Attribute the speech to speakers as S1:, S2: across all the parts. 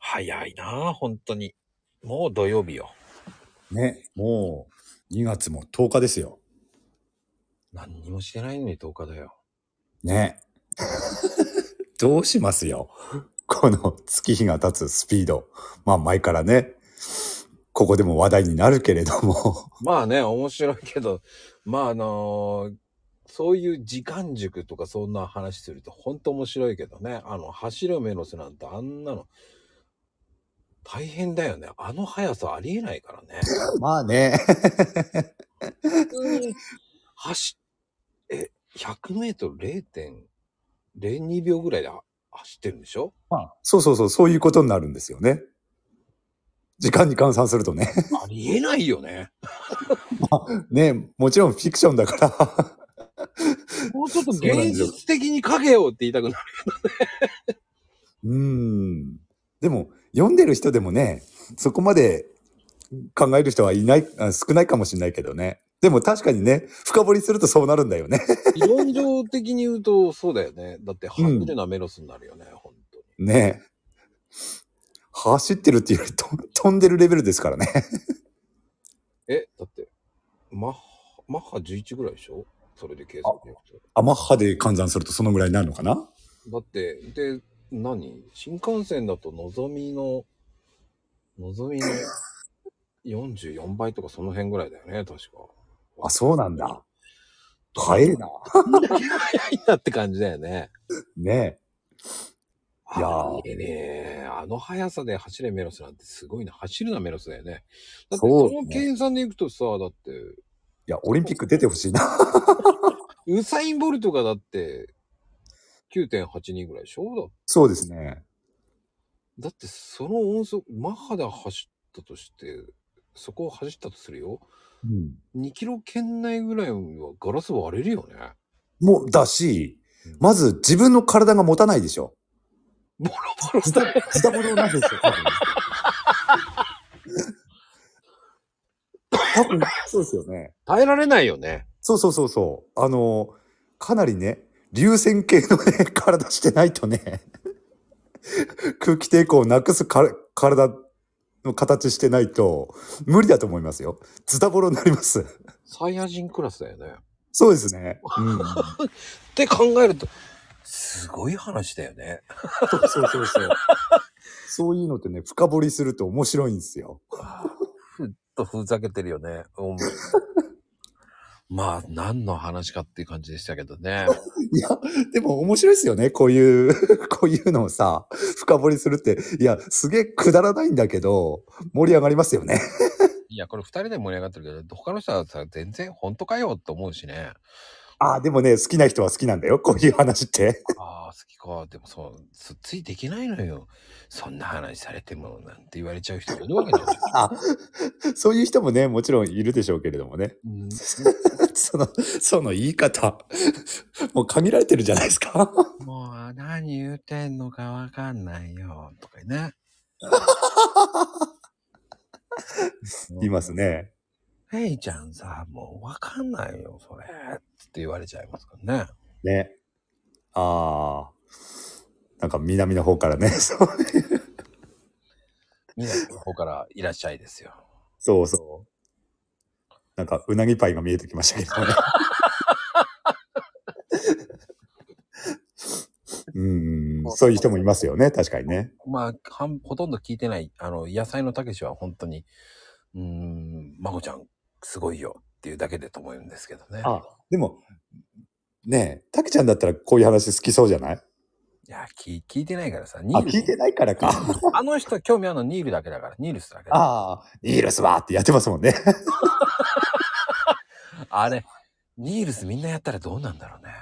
S1: 早いなあ本当に。もう土曜日よ。
S2: ね、もう、2月も10日ですよ。
S1: 何にもしてないのに10日だよ。
S2: ね。どうしますよ。この月日が経つスピード。まあ前からね、ここでも話題になるけれども。
S1: まあね、面白いけど、まああのーそういう時間軸とかそんな話すると本当面白いけどね。あの、走るメロスなんてあんなの、大変だよね。あの速さありえないからね。
S2: まあね。
S1: 普通に走っ、え、100メートル0.02秒ぐらいで走ってるんでしょ
S2: まあ、そうそうそう、そういうことになるんですよね。時間に換算するとね。
S1: ありえないよね。
S2: ね、もちろんフィクションだから。
S1: もうちょっと
S2: そうなん
S1: 現
S2: ですよ
S1: 実的に書けよって言いたくな る。
S2: うーん。でも、読んでる人でもね、そこまで考える人はいない、あ少ないかもしれないけどね。でも確かにね、深掘りするとそうなるんだよね。
S1: 理論上的に言うとそうだよね。だって
S2: うん
S1: 外れなメロスになるよね、本当に。
S2: ねえ。走ってるっていうよりと飛んでるレベルですからね。
S1: え、だって、マッハ、マッハ11ぐらいでしょそれで計算でいくと。
S2: アマッハで換算するとそのぐらいになるのかな
S1: だって、で、何新幹線だとのぞみの、のぞ みの44倍とかその辺ぐらいだよね、確か。
S2: あ、そうなんだ。早えな。
S1: 早いなって感じだよね。
S2: ねいやー
S1: あれね、あの速さで走れメロスなんてすごいな。走るなメロスだよね。だって
S2: そう
S1: そ
S2: ね
S1: の計算でいくとさ、だって、
S2: え。いや、オリンピック出てほしいな。
S1: ウサイン・ボルトがだって、9.82ぐらいでしょ
S2: そうですね。
S1: だだってその音速、マッハで走ったとして、そこを走ったとするよ。
S2: うん。
S1: 2キロ圏内ぐらいはガラス割れるよね。
S2: もう、だし
S1: うん、
S2: まず自分の体が持たないでしょ。
S1: ボロボロだね。
S2: 自打ボロなんですよ、多分。多分、そうですよね。
S1: 耐えられないよね。
S2: そうそうそうそう。あの、かなりね、流線形のね、体してないとね、空気抵抗をなくすから体の形してないと、無理だと思いますよ。ズタボロになります。
S1: サイヤ人クラスだよね。っ
S2: そうですね。うん。
S1: て考えると、すごい話だよね。
S2: そうそうそうそう。そういうのってね、深掘りすると面白いんですよ。
S1: ふっとふざけてるよね。 うんまあ、何の話かっていう感じでしたけど ね。
S2: いや、でも面白いですよね。こういう、こういうのをさ、深掘りするって。いや、すげえくだらないんだけど、盛り上がりますよね。
S1: いや、これ二人で盛り上がってるけど、他の人はさ、全然本当かよって思うしね。
S2: ああ、でもね、好きな人は好きなんだよ。こういう話って。
S1: ああ、好きか。でもそう、つついていけないのよ。そんな話されても、なんて言われちゃう人もいるわけだ よ。
S2: あ、そういう人もね、もちろんいるでしょうけれどもね。
S1: うん
S2: その、その言い方、もう限られてるじゃないですか。
S1: もう、何言うてんのかわかんないよ。とかね。
S2: いますね。
S1: ヘイちゃんさ、もうわかんないよ、それ。って言われちゃいますからね。
S2: ね。ああ。なんか南の方からね、そう
S1: みんなここからいらっしゃいですよ。
S2: そうそう。なんか、うなぎパイが見えてきましたけどね。うん、そういう人もいますよね、確かにね。
S1: まあ、はんほとんど聞いてない、あの、野菜のたけしは本当に、うーん、まこちゃん、すごいよっていうだけでと思うんですけどね。
S2: あでも、ねえ、たけちゃんだったらこういう話好きそうじゃない
S1: いや聞、聞いてないからさ、ニ
S2: あ、
S1: ール
S2: 聞いてないから か。
S1: あの人興味あるのニールだけだから、ニールスだけだあ
S2: ああ、ニールスはってやってますもん ね。
S1: れ、ニールスみんなやったらどうなんだろうね。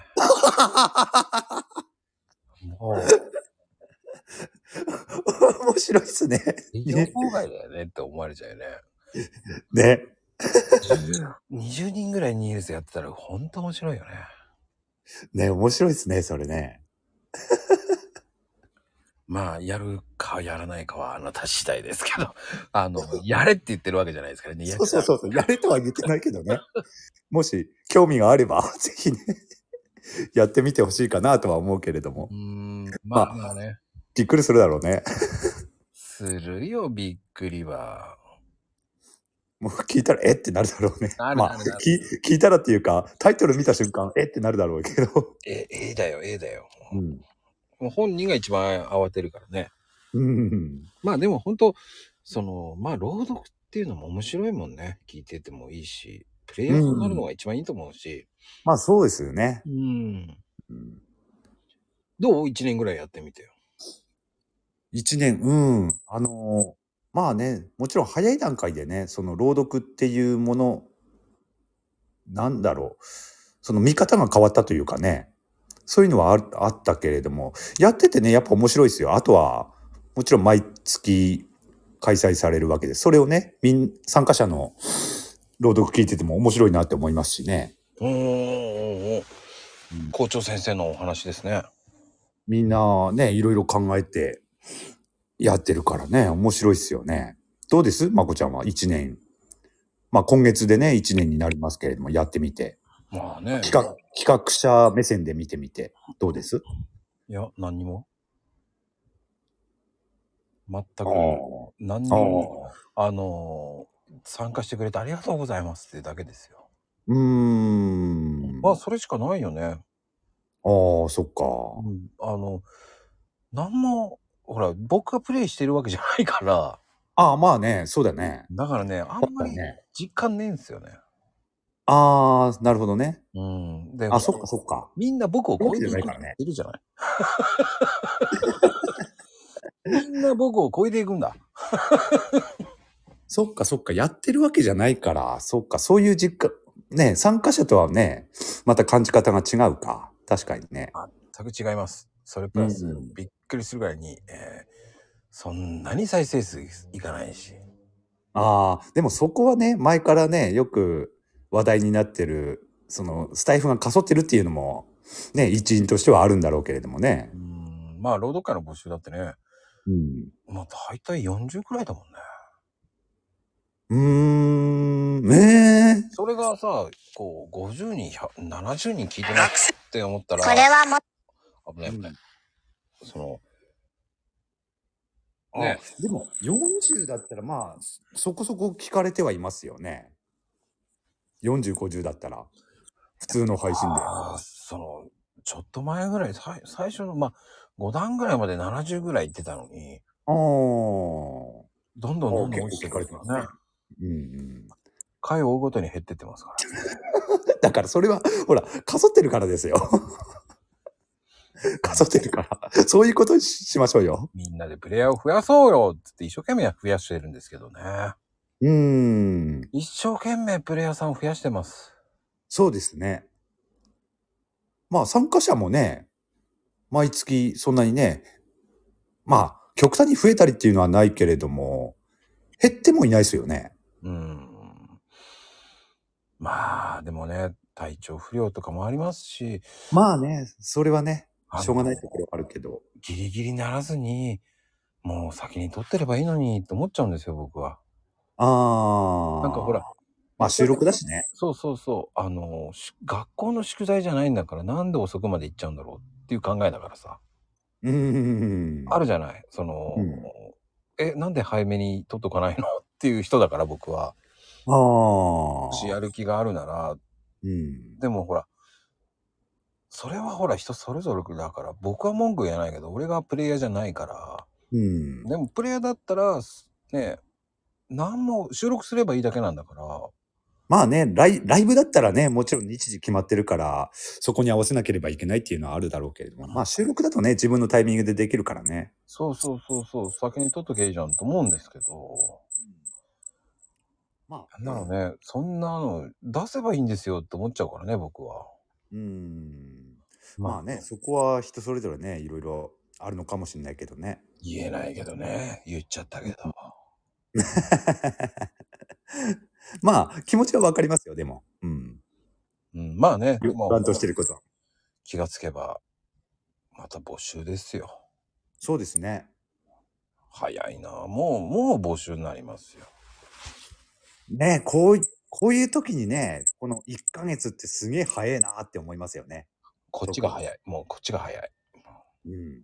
S1: もう、
S2: 面白いっすね。
S1: 異常妨害だよねって思われちゃうよ ね。
S2: ね。
S1: 20人ぐらいニールスやってたら本当面白いよね。
S2: ね、面白いっすね、それね。
S1: まあ、やるかやらないかはあなた次第ですけ ど、あの、やれって言ってるわけじゃないですからね。
S2: そうそうそうそう。やれとは言ってないけどね。 もし、興味があれば、 ぜひね、やってみてほしいかなとは思うけれども
S1: う。ーん、まあまあね、
S2: びっくりするだろうね。
S1: すするよ、びっくりは。
S2: もう聞いたら、えってなるだろうね。
S1: なる
S2: ま
S1: な
S2: あ
S1: るなる
S2: 聞、聞いたらっていうか、タイトル見た瞬間、えってなるだろうけど。
S1: え、ええだよ、ええだよ。
S2: うん。
S1: もう本人が一番慌てるからね。
S2: うん。
S1: まあでも本当その、まあ朗読っていうのも面白いもんね。聞いててもいいし、プレイヤーになるのが一番いいと思うし。
S2: まあそうですよね。
S1: うん。
S2: うん
S1: どう ?1 年ぐらいやってみてよ。
S2: 一年、うん。あのーまあね、もちろん早い段階でね、その朗読っていうもの、なんだろう。その見方が変わったというかね、そういうのはあるあったけれども、やっててね、やっぱ面白いですよ。あとは、もちろん毎月開催されるわけで、それをね、みん、参加者の朗読聞いてても面白いなって思いますしね。
S1: おーおーおー
S2: うん
S1: 校長先生のお話ですね。
S2: みんなね、いろいろ考えてやってるからね、面白いっすよね。どうですまこちゃんは1年。まあ今月でね、1年になりますけれども、やってみて。
S1: まあね。
S2: 企画、企画者目線で見てみて。どうです
S1: いや、何にも。全く
S2: ああ、
S1: 何に
S2: ああ
S1: も、あのー参加してくれてありがとうございますっていうだけですよ。
S2: うーん。
S1: まあ、それしかないよね。
S2: ああ、そっか。
S1: あの、何も、ほら、僕がプレイしてるわけじゃないから、
S2: ああ、まあね、そうだね。
S1: だからね、あん
S2: そう
S1: ま
S2: だ
S1: り
S2: ね。
S1: 実感ねえんですよね。
S2: ああ、なるほどね。
S1: うん。で、
S2: あ、そっかそっか。
S1: みんな僕を超えていく
S2: そうじゃないからね
S1: いるじゃない みんな僕を超えていくんだ。
S2: そっかそっか。やってるわけじゃないから、そっか。そういう実感、ね、参加者とはね、また感じ方が違うか。確かにね。
S1: 全く違います。それプラス、
S2: うん
S1: びっくりするぐらいに、えーそんなに再生数いかないし。
S2: ああ、でもそこはね、前からね、よく話題になってる、その、スタイフがかそってるっていうのも、ね、一因としてはあるんだろうけれどもね
S1: う。ん。まあ、朗読会の募集だってね、
S2: うん。
S1: まあ、大体40くらいだもんね。
S2: うーん、ねえ。
S1: それがさ、こう、50人、100 70人聞いてないって思ったら、
S3: これはも
S1: 危ない危ない。その、
S2: あ
S1: ね
S2: でも、40だったら、まあ、そこそこ聞かれてはいますよね。40、50だったら、普通の配信で。
S1: あーその、ちょっと前ぐらい、さい最初の、まあ、5段ぐらいまで70ぐらい行ってたのに、
S2: あー
S1: どんどんどんどん落ちてくる
S2: あ
S1: からね
S2: 結。うんうん、
S1: 回を追うごとに減ってってますから。
S2: だからそれは、ほら、かそってるからですよ。 かそってるから。そういうことにししましょうよ。
S1: みんなでプレイヤーを増やそうよっつって一生懸命増やしてるんですけどね。
S2: うーん。
S1: 一生懸命プレイヤーさんを増やしてます。
S2: そうですね。まあ、参加者もね、毎月そんなにね、まあ、極端に増えたりっていうのはないけれども、減ってもいないですよね。
S1: うん。まあ、でもね、体調不良とかもありますし、
S2: まあね、それはね、
S1: あの
S2: しょうがないところはあるけど。
S1: ギリギリならずに、もう先に取ってればいいのにって思っちゃうんですよ、僕は。
S2: ああ。
S1: なんかほら。、
S2: まあ、収録だしね。
S1: そうそうそう、あの、し学校の宿題じゃないんだから、なんで遅くまで行っちゃうんだろうっていう考えだからさ。
S2: うーん。
S1: あるじゃないその、
S2: うん
S1: え、なんで早めに取っとかないのっていう人だから、僕は。
S2: ああ
S1: も。しやる気があるなら、
S2: うん。
S1: でもほら、それはほら人それぞれだから、僕は文句言えないけど、俺がプレイヤーじゃないから、
S2: うん。
S1: でもプレイヤーだったら、ね、何も収録すればいいだけなんだから、
S2: まあねライ、ライブだったらね、もちろん日時決まってるから、そこに合わせなければいけないっていうのはあるだろうけれども、まあ収録だとね、自分のタイミングでできるからね。
S1: そうそうそうそう、先に取っとけばいいじゃんと思うんですけど、
S2: まあ、
S1: なんだろうね、そんなの出せばいいんですよって思っちゃうからね、僕は。
S2: うん。まあね、そこは人それぞれね、いろいろあるのかもしれないけどね。
S1: 言えないけどね、言っちゃったけど。
S2: まあ、気持ちはわかりますよ、でも。うん。
S1: うん、まあね、でも
S2: 担当してることは。
S1: 気がつけば、また募集ですよ。
S2: そうですね。
S1: 早いなもう、もう募集になりますよ。
S2: ねこうい、こういう時にね、この1ヶ月ってすげえ早えなって思いますよね。
S1: こっちが早い。もうこっちが早い。
S2: うん。